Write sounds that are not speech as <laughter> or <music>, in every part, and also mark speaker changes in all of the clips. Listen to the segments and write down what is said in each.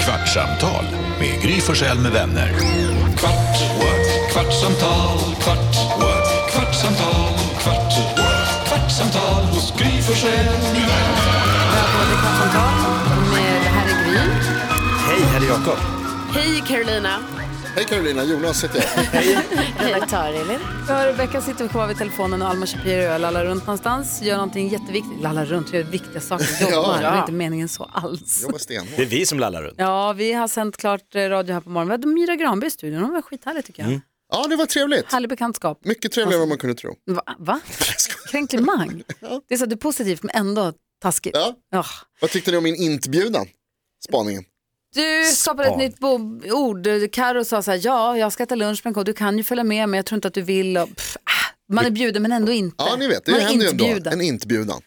Speaker 1: kvartsamtal med Gry Forssell med vänner. Kvart, what? kvartsamtal, kvart, what? kvartsamtal, kvart, what? kvartsamtal hos Gry Forssell med vänner.
Speaker 2: Välkommen till Kvartsamtal. Med- Det här är Gry.
Speaker 3: Hej, här är Jakob.
Speaker 2: Hej Carolina.
Speaker 4: Hej Carolina, Jonas heter
Speaker 2: <laughs>
Speaker 4: jag.
Speaker 5: Redaktör Elin.
Speaker 2: Jag och Rebecca sitter kvar vid telefonen och Alma Shapiro och jag lallar runt någonstans. Gör någonting jätteviktigt. Lallar runt, gör viktiga saker. Jobbar.
Speaker 4: <laughs> Ja.
Speaker 2: Det är inte meningen så alls.
Speaker 4: Jobbar stenhårt.
Speaker 3: Det är vi som lallar runt.
Speaker 2: Ja, vi har sänt klart eh, radio här på morgonen. Vi hade Mira Granberg i studion. Hon var skithärlig tycker jag.
Speaker 4: Ja, det var trevligt.
Speaker 2: Härlig bekantskap.
Speaker 4: Mycket trevligare än vad man kunde tro.
Speaker 2: Va?
Speaker 4: <laughs>
Speaker 2: Va? Kränklimang? Det är så att du är positivt men ändå taskigt.
Speaker 4: Ja.
Speaker 2: Ja.
Speaker 4: Vad tyckte ni om min intbjudan? Spaningen.
Speaker 2: Du skapade ett nytt bo- ord. Karo sa så här, ja, jag ska äta lunch men kom, du kan ju följa med men jag tror inte att du vill. Och, pff, ah, man är bjuden men ändå inte.
Speaker 4: Ja, ni vet, det
Speaker 2: man
Speaker 4: händer ju ändå.
Speaker 2: intbjuden.
Speaker 4: En intbjudan.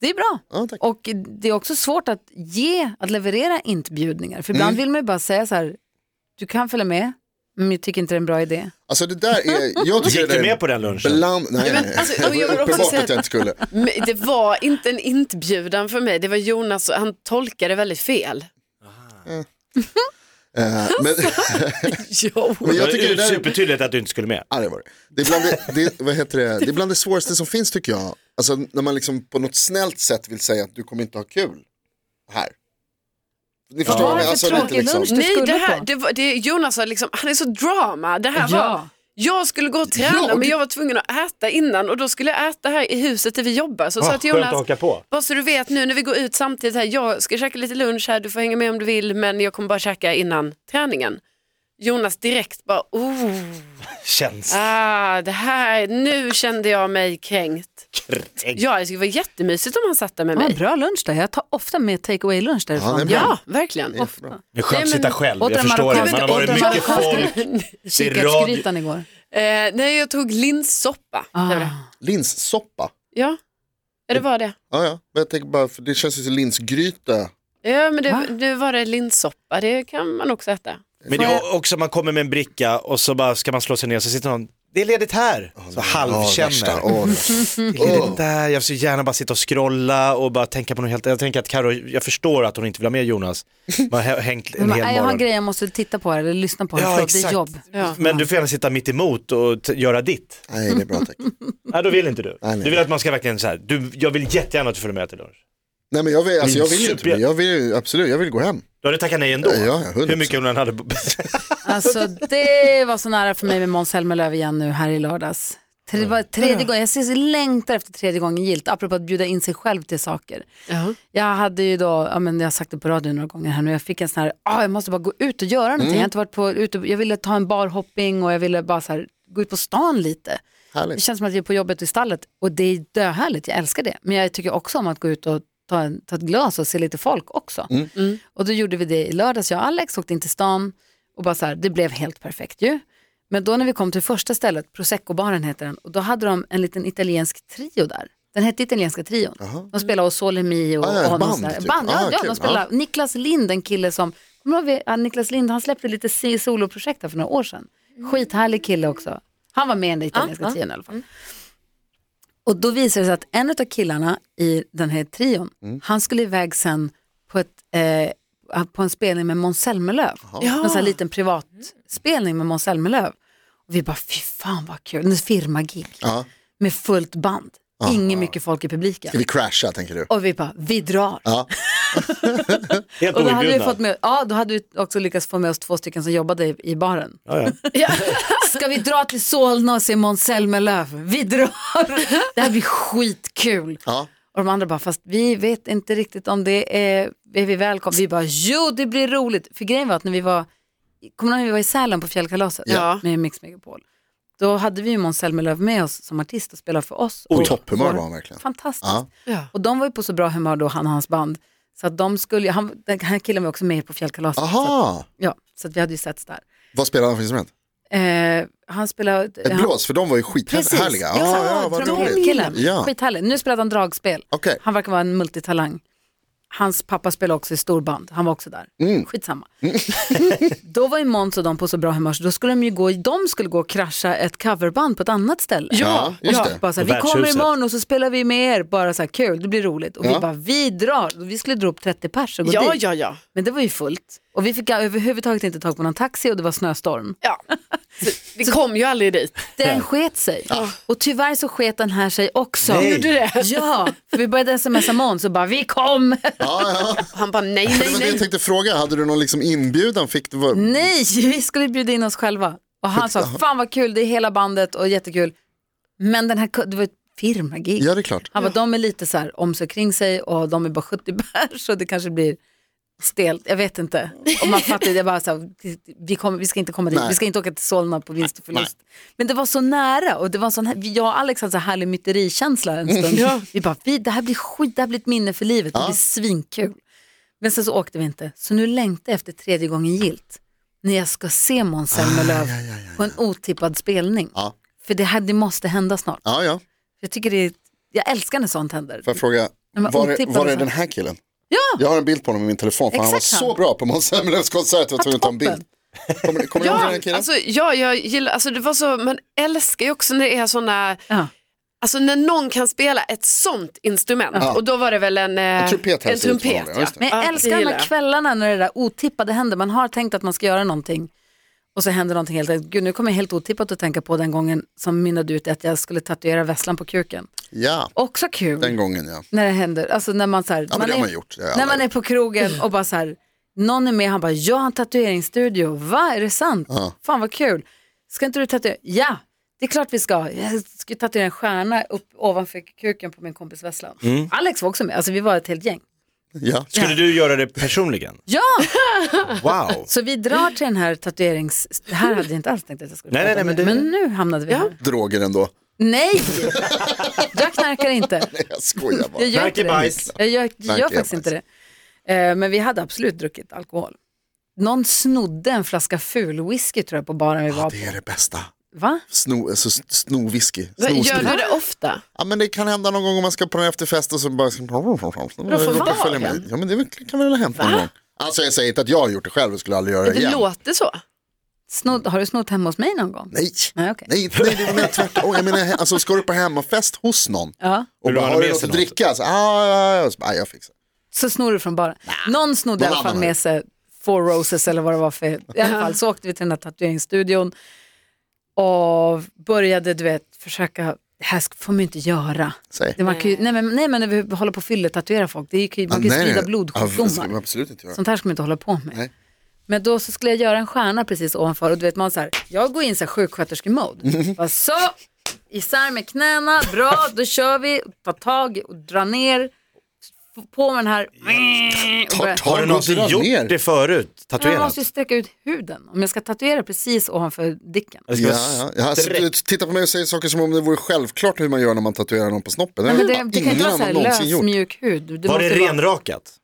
Speaker 2: Det är bra.
Speaker 4: Ja, tack.
Speaker 2: Och det är också svårt att ge, att leverera intbjudningar. För
Speaker 4: Mm.
Speaker 2: ibland vill man ju bara säga så här, du kan följa med, men jag tycker inte det är en bra idé.
Speaker 4: Alltså det där är... Jag
Speaker 3: Du
Speaker 4: tycker
Speaker 3: gick
Speaker 4: det
Speaker 3: inte
Speaker 4: där är
Speaker 3: med på den lunchen.
Speaker 4: bland... Nej, nej, nej.
Speaker 6: alltså, och
Speaker 4: Det
Speaker 6: jag vill
Speaker 4: var
Speaker 6: också
Speaker 4: uppenbart
Speaker 6: säga
Speaker 4: att jag inte skulle.
Speaker 6: Men det var inte en inbjudan för mig, det var Jonas, han tolkade väldigt fel.
Speaker 4: Eh, Men,
Speaker 6: Alltså, <laughs> Jo.
Speaker 4: men jag tycker det
Speaker 3: det är
Speaker 4: där...
Speaker 3: supertydligt att du inte skulle med.
Speaker 4: Ja, det var det. Det är, bland det, det, vad heter det? det är bland det svåraste som finns tycker jag. Alltså när man liksom på något snällt sätt vill säga att du kommer inte ha kul här. Ni förstår
Speaker 2: Vad
Speaker 4: vad
Speaker 2: var
Speaker 4: jag
Speaker 2: det
Speaker 4: menar?
Speaker 2: för
Speaker 4: Alltså, lite
Speaker 2: tråkig
Speaker 4: liksom.
Speaker 2: lunch du
Speaker 6: Nej,
Speaker 2: skulle
Speaker 6: det här,
Speaker 2: på?
Speaker 6: det var, det, Jonas var liksom, han är så drama. Det här
Speaker 2: Ja.
Speaker 6: var, jag skulle gå och träna
Speaker 4: Ja, och
Speaker 6: men
Speaker 4: det-
Speaker 6: jag var tvungen att äta innan och då skulle jag äta här i huset där vi jobbar. Så jag sa
Speaker 3: Ah,
Speaker 6: till
Speaker 3: skönt att
Speaker 6: Jonas,
Speaker 3: åka på.
Speaker 6: bara så du vet nu när vi går ut samtidigt här, jag ska käka lite lunch här, du får hänga med om du vill men jag kommer bara käka innan träningen. Jonas direkt bara, oh,
Speaker 2: Äh,
Speaker 3: Känns.
Speaker 6: ah, det här, nu kände jag mig kränkt.
Speaker 3: kränkt.
Speaker 6: Ja, det skulle vara jättemysigt om han satt där med
Speaker 2: Ja,
Speaker 6: mig.
Speaker 2: bra lunch där, jag tar ofta med take away lunch
Speaker 4: Ja, det är
Speaker 2: därifrån.
Speaker 4: bra.
Speaker 6: Ja, verkligen.
Speaker 4: Det är för bra.
Speaker 3: Det är skönt att sitta själv,
Speaker 2: Åt den
Speaker 3: jag förstår det. Man
Speaker 2: marockanska-
Speaker 3: har varit
Speaker 2: åt den
Speaker 3: mycket
Speaker 2: marockanska Mm.
Speaker 3: folk. Det är radio.
Speaker 2: Kikärtsgrytan igår.
Speaker 6: <laughs> Eh, nej, jag tog linssoppa.
Speaker 4: Ah.
Speaker 6: Det var det.
Speaker 4: Linssoppa.
Speaker 6: Ja, ja det var det.
Speaker 4: Ja, ja. Men jag tänker bara, för det känns ju som linsgryta.
Speaker 6: Ja, men
Speaker 2: Va?
Speaker 6: det, nu var det linssoppa. Det kan man också äta.
Speaker 3: Men det är också, man kommer med en bricka och så bara ska man slå sig ner så sitter någon, det är ledigt här. Så halvkänner.
Speaker 4: Oh,
Speaker 3: Det är ledigt där, jag vill så gärna bara sitta och scrolla och bara tänka på något helt, jag tänker att Karo, jag förstår att hon inte vill ha med Jonas. Man har hängt en
Speaker 2: Men, nej,
Speaker 3: hel
Speaker 2: jag har en
Speaker 3: morgon.
Speaker 2: grej jag måste titta på här, eller lyssna på.
Speaker 3: Ja,
Speaker 2: Ja, Förlåt, det är
Speaker 3: exakt.
Speaker 2: jobb.
Speaker 6: Ja.
Speaker 3: Men du får gärna sitta mitt emot och t- göra ditt.
Speaker 4: nej, det är bra tack.
Speaker 3: Nej, då vill inte du.
Speaker 4: Nej, nej.
Speaker 3: Du vill att man ska verkligen så här, du, jag vill jättegärna att du följer med till lunch.
Speaker 4: Nej men jag vill, alltså, jag vill ju inte,
Speaker 3: Super-
Speaker 4: jag vill ju, absolut, jag vill gå hem.
Speaker 3: Du hade tackat nej ändå.
Speaker 4: Ja, ja, 100%.
Speaker 3: Hur mycket hon än hade.
Speaker 2: Alltså det var så nära för mig med Måns Zelmerlöw igen nu här i lördags. Tre- Det var tredje gången, jag ser så längtar efter tredje gången gilt, apropå att bjuda in sig själv till saker.
Speaker 6: Ja.
Speaker 2: Jag hade ju då, ja, men jag har sagt det på radio några gånger här nu, jag fick en sån här, ah, jag måste bara gå ut och göra någonting. Jag, har inte varit på, ute, jag ville ta en barhopping och jag ville bara så här, gå ut på stan lite. Det
Speaker 4: Härligt.
Speaker 2: känns som att jag är på jobbet i stallet och det är döhärligt, jag älskar det. Men jag tycker också om att gå ut och ta, en, ta ett glas och se lite folk också. Och då gjorde vi det i lördags, jag och Alex åkte in till stan och bara så här, det blev helt perfekt ju. Men då när vi kom till första stället, Prosecco-baren heter den, och då hade de en liten italiensk trio där. Den hette italienska trion. De spelade Osole Mio och,
Speaker 4: Ah, ja, ett
Speaker 2: och någon
Speaker 4: band,
Speaker 2: sån här-
Speaker 4: typ.
Speaker 2: band. Ja,
Speaker 4: Ah,
Speaker 2: ja,
Speaker 4: kul.
Speaker 2: de spelade Niklas Lind, en kille som, kommer du ihåg, ja, Niklas Lind, han släppte lite si- soloprojekt här för några år sedan. Skithärlig kille också. Han var med i den italienska trion i alla fall. Och då visade det sig att en av killarna i den här trion,
Speaker 4: Mm.
Speaker 2: han skulle iväg sen på, ett, eh, på en spelning med Måns Zelmerlöw. En sån här liten privatspelning med Måns Zelmerlöw. Och vi bara, fy fan vad kul, en firmagig
Speaker 4: Ja.
Speaker 2: med fullt band. Inget mycket folk i publiken.
Speaker 4: Ska vi crasha tänker du?
Speaker 2: Och vi bara, vi drar.
Speaker 4: Ja.
Speaker 3: <laughs> Helt
Speaker 2: Och då hade, vi
Speaker 3: objudna.
Speaker 2: fått med, ja, då hade vi också lyckats få med oss två stycken som jobbade i, i baren.
Speaker 3: Ja, ja.
Speaker 6: <laughs>
Speaker 2: Ska vi dra till Solna och se Måns Zelmerlöw? Vi drar! Det här blir skitkul.
Speaker 4: Ja.
Speaker 2: Och de andra bara, fast vi vet inte riktigt om det är, är vi välkomna. Vi bara, jo det blir roligt. För grejen var att när vi var, kommer du ihåg när vi var i Sälen på fjällkalaset
Speaker 6: Ja.
Speaker 2: med Mix Megapol? Då hade vi ju Måns Zelmerlöw med oss som artist och spelade för oss.
Speaker 4: Och
Speaker 2: Och
Speaker 4: topphumör
Speaker 2: vår-
Speaker 4: var han verkligen.
Speaker 2: Fantastiskt.
Speaker 4: Ja.
Speaker 6: Ja.
Speaker 2: Och de var ju på så bra humör då, han och hans band. Så att de skulle, han, den här killen var också med på fjällkalaset. Så att,
Speaker 4: Aha,
Speaker 2: ja, så att vi hade ju setts där.
Speaker 4: vad spelar han för instrument?
Speaker 2: Eh, han spelade...
Speaker 4: Ett
Speaker 2: han,
Speaker 4: blås, för de var ju
Speaker 2: Precis,
Speaker 4: skithärliga.
Speaker 2: ja,
Speaker 4: Ja, ja, vad roligt.
Speaker 2: trumpetkillen.
Speaker 4: Ja.
Speaker 2: Skithärlig. Nu spelade han dragspel.
Speaker 4: Okej.
Speaker 2: Han verkar vara en multitalang. Hans pappa spelade också i storband, han var också där.
Speaker 4: Mm. <laughs>
Speaker 2: Skitsamma. <laughs> då var ju Måns och de på så bra humör så då skulle de ju gå, de skulle gå och krascha ett coverband på ett annat ställe.
Speaker 4: Ja, just det.
Speaker 2: Bara så här,
Speaker 3: Och
Speaker 2: vi kommer
Speaker 3: värdshuset.
Speaker 2: imorgon och så spelar vi med er, bara så här kul, det blir roligt. Och vi bara, vi drar, vi skulle dra upp 30 pers och gå
Speaker 6: Ja,
Speaker 2: dit.
Speaker 6: ja, ja.
Speaker 2: Men det var ju fullt. Och vi fick överhuvudtaget inte tag på någon taxi och det var snöstorm.
Speaker 6: Ja. Så, vi kom ju aldrig dit.
Speaker 2: Den sket sig. Och tyvärr så sket den här sig också.
Speaker 3: Nej. Gjorde
Speaker 6: det?
Speaker 2: <laughs> Ja, för vi började smsa Måns och bara vi kom. <laughs>
Speaker 4: Ja, ja.
Speaker 6: Han bara nej, nej,
Speaker 4: Det var det jag
Speaker 6: nej.
Speaker 4: tänkte fråga, hade du någon liksom inbjudan? Fick du, var...
Speaker 2: Nej, vi skulle bjuda in oss själva. Och han sa, fan vad kul, det är hela bandet och jättekul. Men den här, ku- det var ett firmagig.
Speaker 4: Ja, det är klart.
Speaker 2: Han bara, de är lite så här om sig kring sig och de är bara 70 bär så det kanske blir stelt, jag vet inte. Och man fattar, det är bara så här, vi, kommer, vi ska inte komma dit,
Speaker 4: Nej.
Speaker 2: vi ska inte åka till Solna på vinst och förlust. Men det var så nära och det var en sån här, jag och Alex hade så här härlig myterikänsla en stund. Vi bara, vi, det här blir skit, det här blir ett minne för livet, det blir svinkul. Men sen så åkte vi inte, så nu längtar jag efter tredje gången gilt. När jag ska se Måns Zelmerlöw på en otippad spelning.
Speaker 4: Ja.
Speaker 2: För det här, det måste hända snart.
Speaker 4: Ja, ja.
Speaker 2: Jag tycker det är, jag älskar när sånt händer.
Speaker 4: Får jag fråga,
Speaker 2: men
Speaker 4: var, är,
Speaker 2: otippade
Speaker 4: var är
Speaker 2: saker.
Speaker 4: den här killen? Ja. Jag har en bild på honom i min telefon för han var
Speaker 2: Exakt
Speaker 4: så
Speaker 2: han.
Speaker 4: bra på Måns Zelmerlöws konsert, jag var tvungen att ta en
Speaker 2: toppen.
Speaker 4: bild. Kommer, kommer du ihåg den här
Speaker 6: Ja,
Speaker 4: killen?
Speaker 6: alltså, ja, jag gillar, alltså det var så, man älskar ju också när det är sådana,
Speaker 2: Ja.
Speaker 6: alltså när någon kan spela ett sånt instrument och då var det väl en, eh, en
Speaker 4: trumpet
Speaker 6: en
Speaker 4: hälsar ut från
Speaker 6: trumpet
Speaker 4: honom, ja,
Speaker 6: ja.
Speaker 4: just det.
Speaker 2: Men jag
Speaker 6: Ja,
Speaker 2: älskar
Speaker 6: det
Speaker 2: de
Speaker 6: gillar
Speaker 2: här
Speaker 6: jag.
Speaker 2: kvällarna när det där otippade händer. Man har tänkt att man ska göra någonting och så händer någonting helt Gud, nu kommer jag helt otippat att tänka på den gången som mynnade ut i att jag skulle tatuera vässlan på kuken.
Speaker 4: Ja,
Speaker 2: Också kul
Speaker 4: den gången ja.
Speaker 2: när det händer. Alltså när man så här,
Speaker 4: men det har man gjort. Det har
Speaker 2: när
Speaker 4: alla
Speaker 2: man är på krogen och bara så här, någon är med han bara, jag har en tatueringsstudio, va, är det sant? Fan vad kul. Ska inte du tatuera? Ja, det är klart vi ska. Jag ska tatuera en stjärna upp ovanför kuken på min kompis vässlan.
Speaker 4: Mm.
Speaker 2: Alex var också med, alltså vi var ett helt gäng.
Speaker 4: Ja.
Speaker 3: Skulle du göra det personligen?
Speaker 2: Ja!
Speaker 3: Wow.
Speaker 2: Så vi drar till den här tatuerings... Det här hade jag inte alls tänkt att jag skulle
Speaker 3: Nej,
Speaker 2: prata
Speaker 3: nej, nej,
Speaker 2: om
Speaker 3: men
Speaker 2: nu. men nu hamnade vi här.
Speaker 4: Droger ändå. <laughs>
Speaker 2: Nej! Jag knarkar inte.
Speaker 4: Nej, jag skojar bara.
Speaker 2: Jag gör inte det.
Speaker 3: Knarkebajs.
Speaker 2: Jag gör, jag gör
Speaker 4: Knarkebajs.
Speaker 2: faktiskt inte det. Eh, Men vi hade absolut druckit alkohol. Någon snodde en flaska ful whisky tror jag på baren vi var
Speaker 4: Ja,
Speaker 2: på.
Speaker 4: det är det bästa.
Speaker 2: Va?
Speaker 4: Sno, alltså, snovhisky.
Speaker 6: Gör
Speaker 4: Snosprit.
Speaker 6: du det ofta?
Speaker 4: Ja, men det kan hända någon gång om man ska på en efterfest och så bara...
Speaker 6: vara
Speaker 4: Följa med. Ja, men det är väl- kan väl ha hänt någon gång. Alltså jag säger inte att jag har gjort det själv, jag skulle aldrig göra det
Speaker 6: Det
Speaker 4: igen.
Speaker 6: låter så.
Speaker 2: Snod, har du snott hemma hos mig någon gång?
Speaker 4: Nej.
Speaker 2: Nej, okej.
Speaker 4: Nej, nej, det menar jag tvärtom. Jag menar, alltså, ska du på hemmafest hos någon
Speaker 2: Ja.
Speaker 4: och
Speaker 3: Vill du
Speaker 4: bara, har
Speaker 3: ha
Speaker 4: du
Speaker 3: med
Speaker 4: något
Speaker 3: sig
Speaker 4: att
Speaker 3: något?
Speaker 4: dricka? Så, ah, ja, ja. Så, ah, jag fixar.
Speaker 2: Så snor du från baren. Någon snodde i
Speaker 4: Någon
Speaker 2: alla fall
Speaker 4: annan
Speaker 2: med
Speaker 4: hade.
Speaker 2: sig Four Roses eller vad det var för. I alla fall så åkte vi till den här tatueringsstudion och började du vet försöka, det här sk- får man ju inte göra.
Speaker 4: Säg.
Speaker 2: Det man kan ju, nej, men, nej men när vi håller på och fylletatuera folk, det kan ju, man
Speaker 4: Ah,
Speaker 2: kan ju
Speaker 4: nej.
Speaker 2: sprida
Speaker 4: Ja, det ska man
Speaker 2: blodsjukdomar.
Speaker 4: absolut inte göra.
Speaker 2: Sånt här ska man inte hålla på med.
Speaker 4: Nej.
Speaker 2: Men då så skulle jag göra en stjärna precis ovanför och du vet man så här, jag går in så här
Speaker 4: <laughs>
Speaker 2: sjuksköterske-mode. Bara Så, isär med knäna, bra, då kör vi, ta tag och dra ner, f- på med den här. och börja-
Speaker 4: Ta
Speaker 3: Har du
Speaker 4: den och dra
Speaker 3: någonsin
Speaker 4: ner.
Speaker 3: gjort det förut?
Speaker 2: Men jag
Speaker 3: Tatuerat?
Speaker 2: måste ju sträcka ut huden. Om jag ska tatuera precis ovanför dicken.
Speaker 3: Det ska
Speaker 4: Ja,
Speaker 3: vara
Speaker 4: ja. ja. Alltså,
Speaker 3: direkt.
Speaker 4: du tittar på mig och säger saker som om det vore självklart hur man gör när man tatuerar någon på snoppen.
Speaker 2: Nej, men det,
Speaker 4: har
Speaker 2: det kan inte vara
Speaker 4: ingen
Speaker 2: så här
Speaker 4: annan någonsin
Speaker 2: lös
Speaker 4: gjort.
Speaker 2: mjuk hud. Det,
Speaker 3: Var
Speaker 2: måste
Speaker 3: det
Speaker 2: vara-
Speaker 3: renrakat? Ah,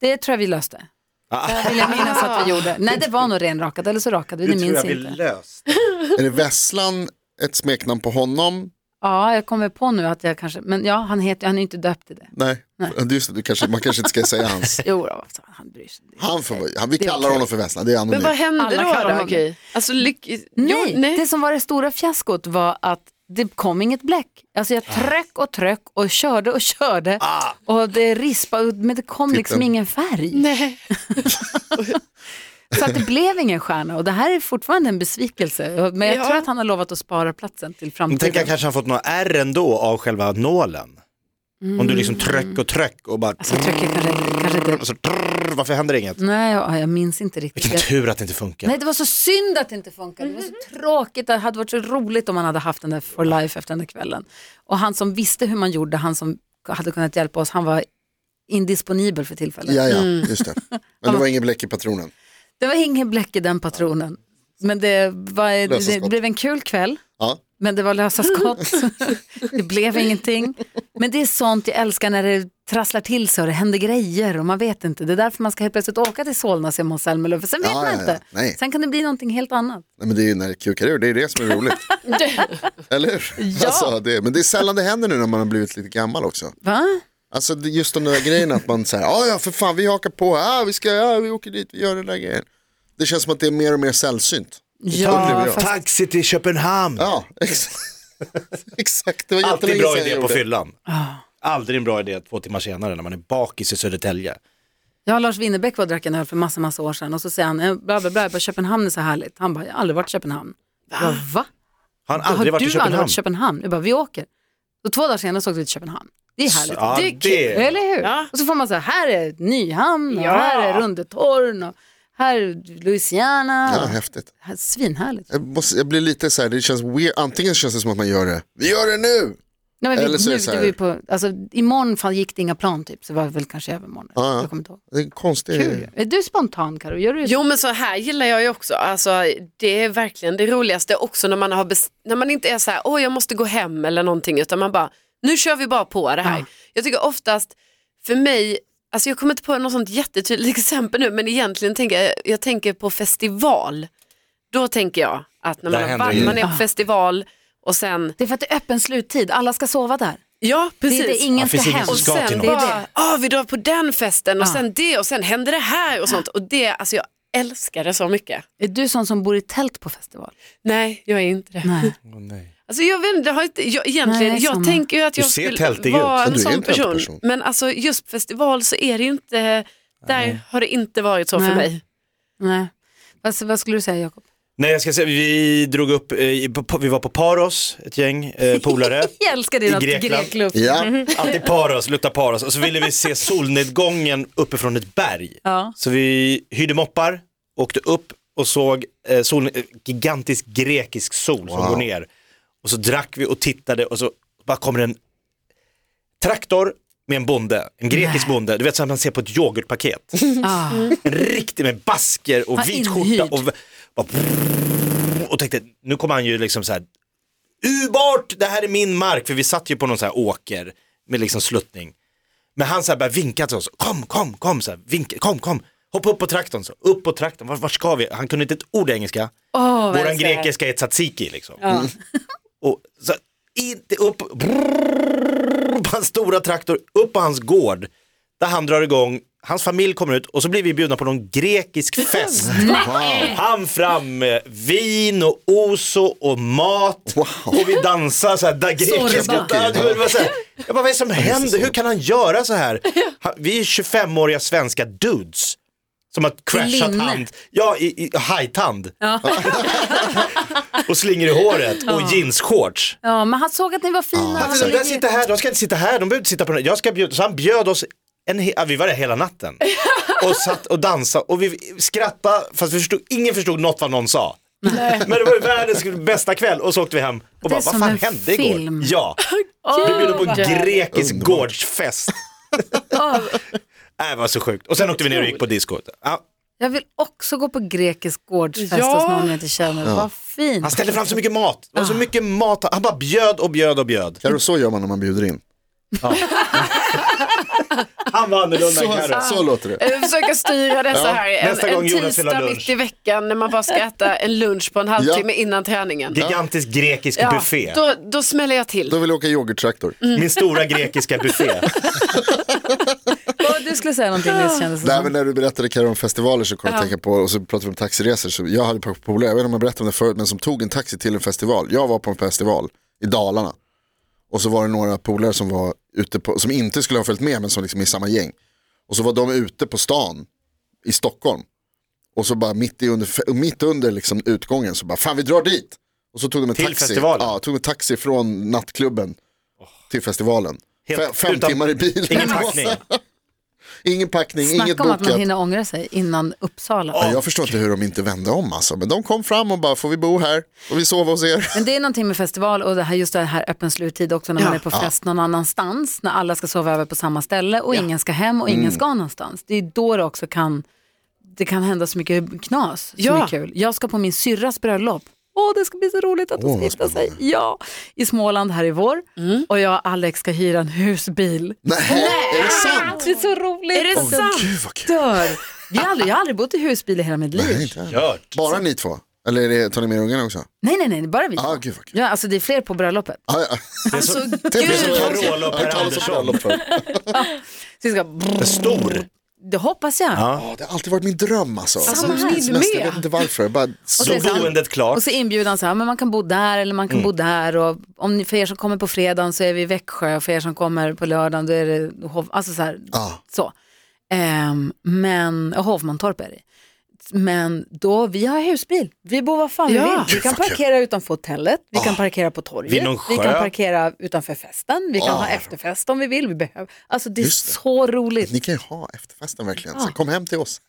Speaker 2: det tror jag vi löste. Det vill jag minnas att vi gjorde. Nej, det var nog renrakat eller så rakade vi, det minns inte.
Speaker 3: löst.
Speaker 4: Är det Vesslan ett smeknamn på honom?
Speaker 2: Ja, jag kommer på nu att jag kanske, men ja, han heter, han är inte döpt till det.
Speaker 4: Nej, Just det, du kanske, man kanske inte ska
Speaker 2: <laughs>
Speaker 4: säga hans.
Speaker 2: Jo, då, alltså, han bryr sig inte.
Speaker 4: Han får, han, vi
Speaker 2: är
Speaker 4: kallar
Speaker 2: okej.
Speaker 4: honom för Vesslan, det är
Speaker 6: Men vad
Speaker 4: anonymt.
Speaker 6: hände
Speaker 2: Alla
Speaker 6: då?
Speaker 2: klarar
Speaker 6: då
Speaker 2: honom.
Speaker 6: Gry? alltså, lyck... jo,
Speaker 2: Nej, det som var det stora fiaskot var att det kom inget bläck. Alltså
Speaker 3: Ah.
Speaker 2: jag tröck och tröck och körde och körde och det rispade, men det kom liksom ingen färg.
Speaker 6: <laughs> Nej.
Speaker 2: Så att det blev ingen stjärna och det här är fortfarande en besvikelse. Men jag
Speaker 6: Ja.
Speaker 2: tror att han har lovat att spara platsen till
Speaker 3: Men tänk
Speaker 2: framtiden.
Speaker 3: jag kanske har fått några R ändå av själva nålen. Om du liksom tryck och tryck och bara...
Speaker 2: Mm. Alltså Mm. jag tycker kanske, inte- kanske inte...
Speaker 3: och så, trrr, varför händer det inget?
Speaker 2: Nej, jag, jag minns inte riktigt.
Speaker 3: Vilken
Speaker 2: Jag,
Speaker 3: tur att det inte funkar.
Speaker 2: nej, det var så synd att det inte funkade. Det var så tråkigt. Det hade varit så roligt om man hade haft den där for life efter den där kvällen. Och han som visste hur man gjorde, han som hade kunnat hjälpa oss, han var indisponibel för tillfället.
Speaker 4: Ja, ja,
Speaker 2: Mm. <laughs>
Speaker 4: just det. Men det var ingen bläck i patronen.
Speaker 2: Det var ingen bläck i den patronen. Men det, var,
Speaker 4: Lösa
Speaker 2: det
Speaker 4: skott.
Speaker 2: blev en kul kväll.
Speaker 4: Ja.
Speaker 2: Men det var lösa
Speaker 4: <laughs>
Speaker 2: skott. det blev ingenting. Men det är sånt jag älskar när det trasslar till sig och det händer grejer och man vet inte. Det är därför man ska helt plötsligt åka till Solna och se Måns Zelmerlöw. För sen vet
Speaker 4: Ja,
Speaker 2: man
Speaker 4: ja, ja.
Speaker 2: inte.
Speaker 4: Nej.
Speaker 2: Sen kan det bli någonting helt annat.
Speaker 4: Nej, men det är ju när det kukar ur, det är det som är roligt. Eller hur? Ja. Alltså, det, men det är sällan det händer nu när man har blivit lite gammal också.
Speaker 2: Va?
Speaker 4: Alltså det- just de där grejerna att man säger, ja ja för fan vi hakar på, ja vi ska, ja vi åker dit, vi gör den där grejen. Det känns som att det är mer och mer sällsynt. upplever
Speaker 2: Ja,
Speaker 4: jag.
Speaker 2: fast,
Speaker 3: Taxi till Köpenhamn!
Speaker 4: Ja, exakt. <laughs> exakt. Det var
Speaker 3: Alltid
Speaker 4: jättelänge
Speaker 3: bra
Speaker 4: sedan jag
Speaker 3: idé på
Speaker 4: gjorde det.
Speaker 2: Ah.
Speaker 3: fyllan. Aldrig en bra idé två timmar senare när man är bakis i Södertälje.
Speaker 2: Jag och Lars Winnerbäck var och drack en öl för massa, massa år sedan och så säger han, eh, bla bla bla, jag bara, Köpenhamn är så härligt. Han bara, jag har aldrig varit i Köpenhamn. Jag bara, va?
Speaker 3: Han har
Speaker 2: Har
Speaker 3: aldrig
Speaker 2: du
Speaker 3: varit i
Speaker 2: aldrig
Speaker 3: Köpenhamn.
Speaker 2: varit i Köpenhamn? Jag bara, vi åker. Så två dagar senare så åkte vi till Köpenhamn. Det är härligt.
Speaker 3: Ja,
Speaker 6: Det är
Speaker 3: det är
Speaker 2: Eller hur?
Speaker 5: Ja.
Speaker 2: Och så får man så här, här är Nyhamn och här är Rundetorn och här är Louisiana.
Speaker 4: Ja, häftigt.
Speaker 2: Här- Svinhärligt.
Speaker 4: Jag, måste, jag blir lite så här, det känns weird. Antingen känns det som att man gör det, vi gör det nu!
Speaker 2: Nej, men vi,
Speaker 4: Eller så är
Speaker 2: nu,
Speaker 4: det så
Speaker 2: det
Speaker 4: här-
Speaker 2: var ju på, alltså, imorgon fan gick det inga plan typ, så det var väl kanske övermorgon.
Speaker 4: Ja, ja.
Speaker 2: Jag kommer inte ihåg.
Speaker 4: Det är konstigt.
Speaker 2: Kul. Är du spontan Karo? Gör du
Speaker 6: Jo men så här gillar jag ju också, alltså, det är verkligen det roligaste också när man, har bes- när man inte är så här, åh jag måste gå hem eller någonting utan man bara, nu kör vi bara på det här.
Speaker 2: Ja.
Speaker 6: Jag tycker oftast, för mig, alltså jag kommer inte på något sånt jättetydligt <laughs> exempel nu men egentligen tänker jag, jag tänker på festival. Då tänker jag att när
Speaker 3: Där
Speaker 6: man, har
Speaker 3: händer
Speaker 6: varit-
Speaker 3: grejer.
Speaker 6: man är på
Speaker 2: Ja.
Speaker 6: festival och sen,
Speaker 2: Det är för att det är öppen sluttid, alla ska sova där.
Speaker 6: ja
Speaker 2: Det
Speaker 6: precis.
Speaker 2: är det, ingen
Speaker 3: Ja,
Speaker 2: ska
Speaker 3: finns ingen
Speaker 2: hem.
Speaker 3: som
Speaker 6: Och
Speaker 3: ska till
Speaker 6: sen
Speaker 3: något.
Speaker 2: Det är
Speaker 6: bara,
Speaker 2: det.
Speaker 6: ah, vi drar på den festen och
Speaker 2: Ja.
Speaker 6: sen det och sen händer det här och sånt. Och det, alltså jag älskar det så mycket.
Speaker 2: Är du sån som bor i tält på festival?
Speaker 6: Nej, jag är inte det.
Speaker 2: Nej.
Speaker 3: Åh, nej.
Speaker 6: Alltså jag vet inte, jag har inte, jag, egentligen,
Speaker 2: Nej,
Speaker 6: jag
Speaker 2: samma.
Speaker 6: tänker ju att
Speaker 3: Du
Speaker 6: jag
Speaker 3: ser
Speaker 6: skulle
Speaker 3: tältig
Speaker 6: vara
Speaker 3: ut.
Speaker 4: Ja,
Speaker 6: en
Speaker 4: du är
Speaker 6: sån
Speaker 4: en
Speaker 6: person.
Speaker 4: tältperson.
Speaker 6: Men alltså just på festival så är det ju inte, där har det inte varit så
Speaker 2: Nej.
Speaker 6: för mig.
Speaker 2: <laughs> Nej. Alltså, vad skulle du säga Jakob?
Speaker 3: Nej, jag ska säga, vi drog upp, eh, i- på- vi var på Paros, ett gäng
Speaker 2: <laughs>
Speaker 3: eh, polare.
Speaker 2: Jag älskar dina
Speaker 3: I Grekland.
Speaker 2: grekluft.
Speaker 4: Ja,
Speaker 3: Alltid Paros, luktar Paros. Och så ville vi se solnedgången uppifrån ett berg.
Speaker 2: Ja.
Speaker 3: Så vi hyrde moppar, åkte upp och såg eh, sol, eh, gigantisk grekisk sol som
Speaker 4: Wow.
Speaker 3: går ner. Och så drack vi och tittade och så bara kommer en traktor med en bonde, en grekisk bonde, du vet som man ser på ett yoghurtpaket.
Speaker 2: Ah.
Speaker 3: En riktig med basker och
Speaker 2: Han
Speaker 3: vit
Speaker 2: inhyrd.
Speaker 3: skjorta och, och, och tänkte nu kommer han ju liksom så här ubart, det här är min mark för vi satt ju på någon så här åker med liksom sluttning. Men han så här började vinka till oss, kom, kom, kom, så här, vinka, kom, kom, hoppa upp på traktorn, så, upp på traktorn, vart, vart ska vi? Han kunde inte ett ord engelska,
Speaker 2: Åh, vad
Speaker 3: våran
Speaker 2: älskar jag.
Speaker 3: grekiska är tzatziki liksom.
Speaker 2: Ja.
Speaker 3: Och så inte upp, brrrr, på hans stora traktor, upp på hans gård, där han drar igång, hans familj kommer ut och så blir vi bjudna på någon grekisk fest. Han fram med vin och oso och mat och vi dansar så här, där grekiska,
Speaker 2: Sorba.
Speaker 3: där, det var så här. Jag bara, vad är det som händer? Hur kan han göra så här? Han, vi är 25-åriga svenska dudes. Som har crashat
Speaker 2: linne.
Speaker 3: hand, ja i, i hajtand. <laughs> och slinger i håret och jeansshorts.
Speaker 2: ja, men han såg att ni var fina.
Speaker 3: Han sa, "Där sitter här, de ska inte sitta här, de behöver inte sitta på den här. Jag ska bjuda, så han bjöd oss, en he- ja, vi var där hela
Speaker 2: <laughs>
Speaker 3: natten. Och satt och dansade och vi skrattade, fast vi förstod, ingen förstod något vad någon sa. Men det var ju världens bästa kväll och så åkte vi hem och bara,
Speaker 2: som
Speaker 3: vad fan
Speaker 2: en
Speaker 3: hände
Speaker 2: film."
Speaker 3: igår? Ja, vi bjöd på grekisk
Speaker 2: <laughs>
Speaker 3: gårdsfest. <laughs> Nej, det var så sjukt. Och sen åkte vi ner och gick på diskot. Ja,
Speaker 2: Jag vill också gå på grekisk gårdsfest
Speaker 6: Ja.
Speaker 2: hos någon jag inte känner. Vad fint.
Speaker 3: han ställde fram så mycket mat, det
Speaker 2: Ah.
Speaker 3: var så mycket mat, han bara bjöd och bjöd
Speaker 2: <laughs>
Speaker 3: och bjöd.
Speaker 4: Karo, så gör man när man bjuder in.
Speaker 3: Han var annorlunda än
Speaker 4: Så,
Speaker 3: Carro.
Speaker 4: så låter det.
Speaker 6: Eh, Försöka styra det så här en,
Speaker 3: nästa gång
Speaker 6: en
Speaker 3: Jonas vill ha
Speaker 6: tisdag
Speaker 3: lunch.
Speaker 6: mitt i veckan när man bara ska äta en lunch på en halvtimme innan träningen.
Speaker 3: Gigantisk grekisk
Speaker 6: Ja,
Speaker 3: buffé.
Speaker 6: då, då smäller jag till.
Speaker 4: Då vill jag åka yoghurttraktor.
Speaker 3: Min stora grekiska buffé.
Speaker 2: Åh, Du skulle säga någonting nyss kändes det
Speaker 4: Nej,
Speaker 2: som.
Speaker 4: men när du berättade Karo om festivaler så kom jag att tänka på, och så pratade vi om taxiresor, så jag hade ett par polare, jag vet inte om jag berättade om det förut, men som tog en taxi till en festival. Jag var på en festival i Dalarna. Och så var det några polare som var ute på, som inte skulle ha följt med men som liksom är i samma gäng. Och så var de ute på stan i Stockholm. Och så bara mitt, i under, mitt under liksom utgången så bara, fan vi drar dit. Och så tog de en
Speaker 3: Till
Speaker 4: taxi.
Speaker 3: festivalen?
Speaker 4: Ja, tog en taxi från nattklubben till festivalen.
Speaker 3: Helt
Speaker 4: Fem, fem
Speaker 3: utan-
Speaker 4: timmar i bilen.
Speaker 3: Ingen packning.
Speaker 4: <laughs> Ingen packning, inget
Speaker 2: Snacka om att man
Speaker 4: bokat.
Speaker 2: hinner ångra sig innan Uppsala.
Speaker 4: Ja, jag förstår inte hur de inte vände om alltså. Men de kom fram och bara, får vi bo här? Och vi sova hos er? <laughs>
Speaker 2: Men det är någonting med festival och det här, just det här öppen sluttid också när man är på fest någon annanstans, när alla ska sova över på samma ställe och ingen ska hem
Speaker 4: Mm.
Speaker 2: och ingen ska någonstans. Det är då det också kan, det kan hända så mycket knas som
Speaker 6: Ja.
Speaker 2: är kul. Jag ska på min syrras bröllop. Åh, det ska bli så roligt att de ska gifta sig. Ja, i Småland här i vår.
Speaker 4: Mm.
Speaker 2: Och jag och Alex ska hyra en husbil.
Speaker 4: Nej, är det sant?
Speaker 2: Det är så roligt. Är det
Speaker 4: Åh gud vad kul.
Speaker 2: Dör. Vi har aldrig, jag har aldrig bott i husbil i hela mitt liv.
Speaker 4: Nej, inte.
Speaker 3: Kört.
Speaker 4: Bara ni två? Eller är det, tar ni med ungarna också?
Speaker 2: Nej, nej, nej, bara vi.
Speaker 4: Ah, gud vad kul.
Speaker 2: Ja, alltså det är fler på bröllopet.
Speaker 4: Ah, ja.
Speaker 6: Alltså,
Speaker 4: Det är så
Speaker 3: Carola
Speaker 4: konstigt. Jag
Speaker 3: och Per
Speaker 4: har hört talas om
Speaker 3: Andersson.
Speaker 4: bröllop förut.
Speaker 2: Så vi ska
Speaker 3: Stor.
Speaker 2: Det hoppas jag.
Speaker 4: Ja, det har alltid varit min dröm alltså.
Speaker 6: Alltså, min
Speaker 4: Semester, jag
Speaker 6: med.
Speaker 4: vet inte varför. Jag Bara,
Speaker 2: så är
Speaker 3: Så
Speaker 2: det sant.
Speaker 3: boendet klart. Mm.
Speaker 2: Och så inbjudan så här, men man kan bo där eller man kan bo där och om ni, för er som kommer på fredagen så är vi i Växjö och för er som kommer på lördagen då är det Hov, alltså så här,
Speaker 4: Ja.
Speaker 2: så. Ehm, men, och Hovmantorp är det. Men då, vi har husbil, vi bor var fan vi
Speaker 6: Ja.
Speaker 2: vill. Vi kan parkera utanför hotellet, vi kan parkera på torget,
Speaker 3: vid Ah. någon
Speaker 2: vi kan
Speaker 3: sjö. Ah.
Speaker 2: parkera utanför festen, vi kan ha efterfest om vi vill. Vi behöver. Alltså det är
Speaker 4: Just det.
Speaker 2: så roligt.
Speaker 4: Ni kan ju ha efterfesten verkligen. Så kom hem till oss.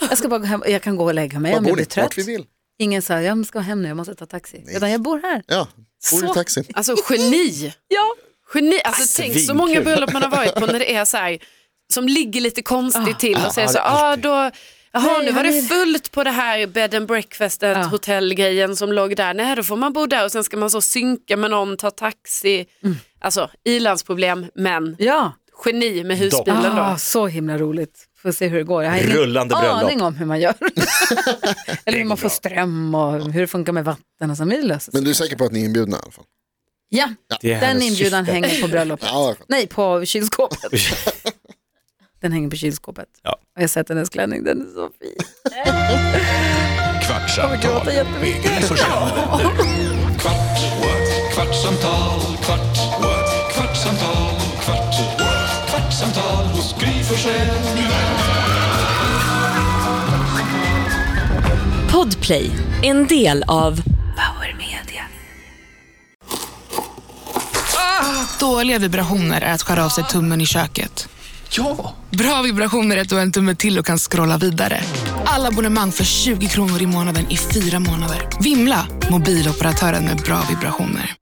Speaker 2: Jag ska bara gå hem, jag kan gå och lägga mig
Speaker 4: Var
Speaker 2: om jag
Speaker 4: bor
Speaker 2: blir
Speaker 4: ni?
Speaker 2: trött.
Speaker 4: Vart vi vill.
Speaker 2: Ingen sa, jag ska hem nu, jag måste ta taxi. Utan jag bor här.
Speaker 4: Ja, bor i
Speaker 6: Så-
Speaker 4: taxin.
Speaker 6: Alltså geni.
Speaker 2: Ja.
Speaker 6: Geni, alltså tänk så
Speaker 3: Svinkul.
Speaker 6: många bröllop man har varit på när det är så här, som ligger lite konstigt till och säger så, ah, då, jaha
Speaker 2: Nej,
Speaker 6: nu var
Speaker 2: han
Speaker 6: det
Speaker 2: är-
Speaker 6: fullt på det här bed and breakfastet, hotellgrejen som låg där, nej då får man bo där och sen ska man så synka med någon, ta taxi, alltså ilandsproblem men
Speaker 2: Ja,
Speaker 6: geni med husbilen
Speaker 2: ah,
Speaker 6: då.
Speaker 2: så himla roligt. Får se hur det går. Jag har ingen
Speaker 3: Rullande bröllop.
Speaker 2: aning om hur man
Speaker 4: <laughs>
Speaker 2: gör. <laughs> Eller hur man får ström och hur det funkar med vatten och så. Men det löser sig.
Speaker 4: Men du är säker på att ni är inbjudna i alla fall?
Speaker 2: Ja,
Speaker 3: Det är
Speaker 2: den
Speaker 3: hennes
Speaker 2: inbjudan
Speaker 3: syfte.
Speaker 2: hänger
Speaker 4: <laughs>
Speaker 2: på bröllopet.
Speaker 4: Ja,
Speaker 2: Nej, på
Speaker 4: <laughs>
Speaker 2: kylskåpet. Den hänger på kylskåpet.
Speaker 3: Ja.
Speaker 2: Och jag har sett hennes klänning, den är så fin.
Speaker 1: Kvartsamtal med Gry Forssell med vänner. Kvart, what? kvartsamtal, kvart, what? kvartsamtal, kvart, what? kvartsamtal hos Gry Forssell med vänner.
Speaker 7: Podplay, en del av
Speaker 8: Dåliga vibrationer är att skära av sig tummen i köket.
Speaker 1: Ja!
Speaker 8: Bra vibrationer är att du har en tumme till och kan scrolla vidare. Alla abonnemang för 20 kronor i månaden i fyra månader. Vimla! Mobiloperatören med bra vibrationer.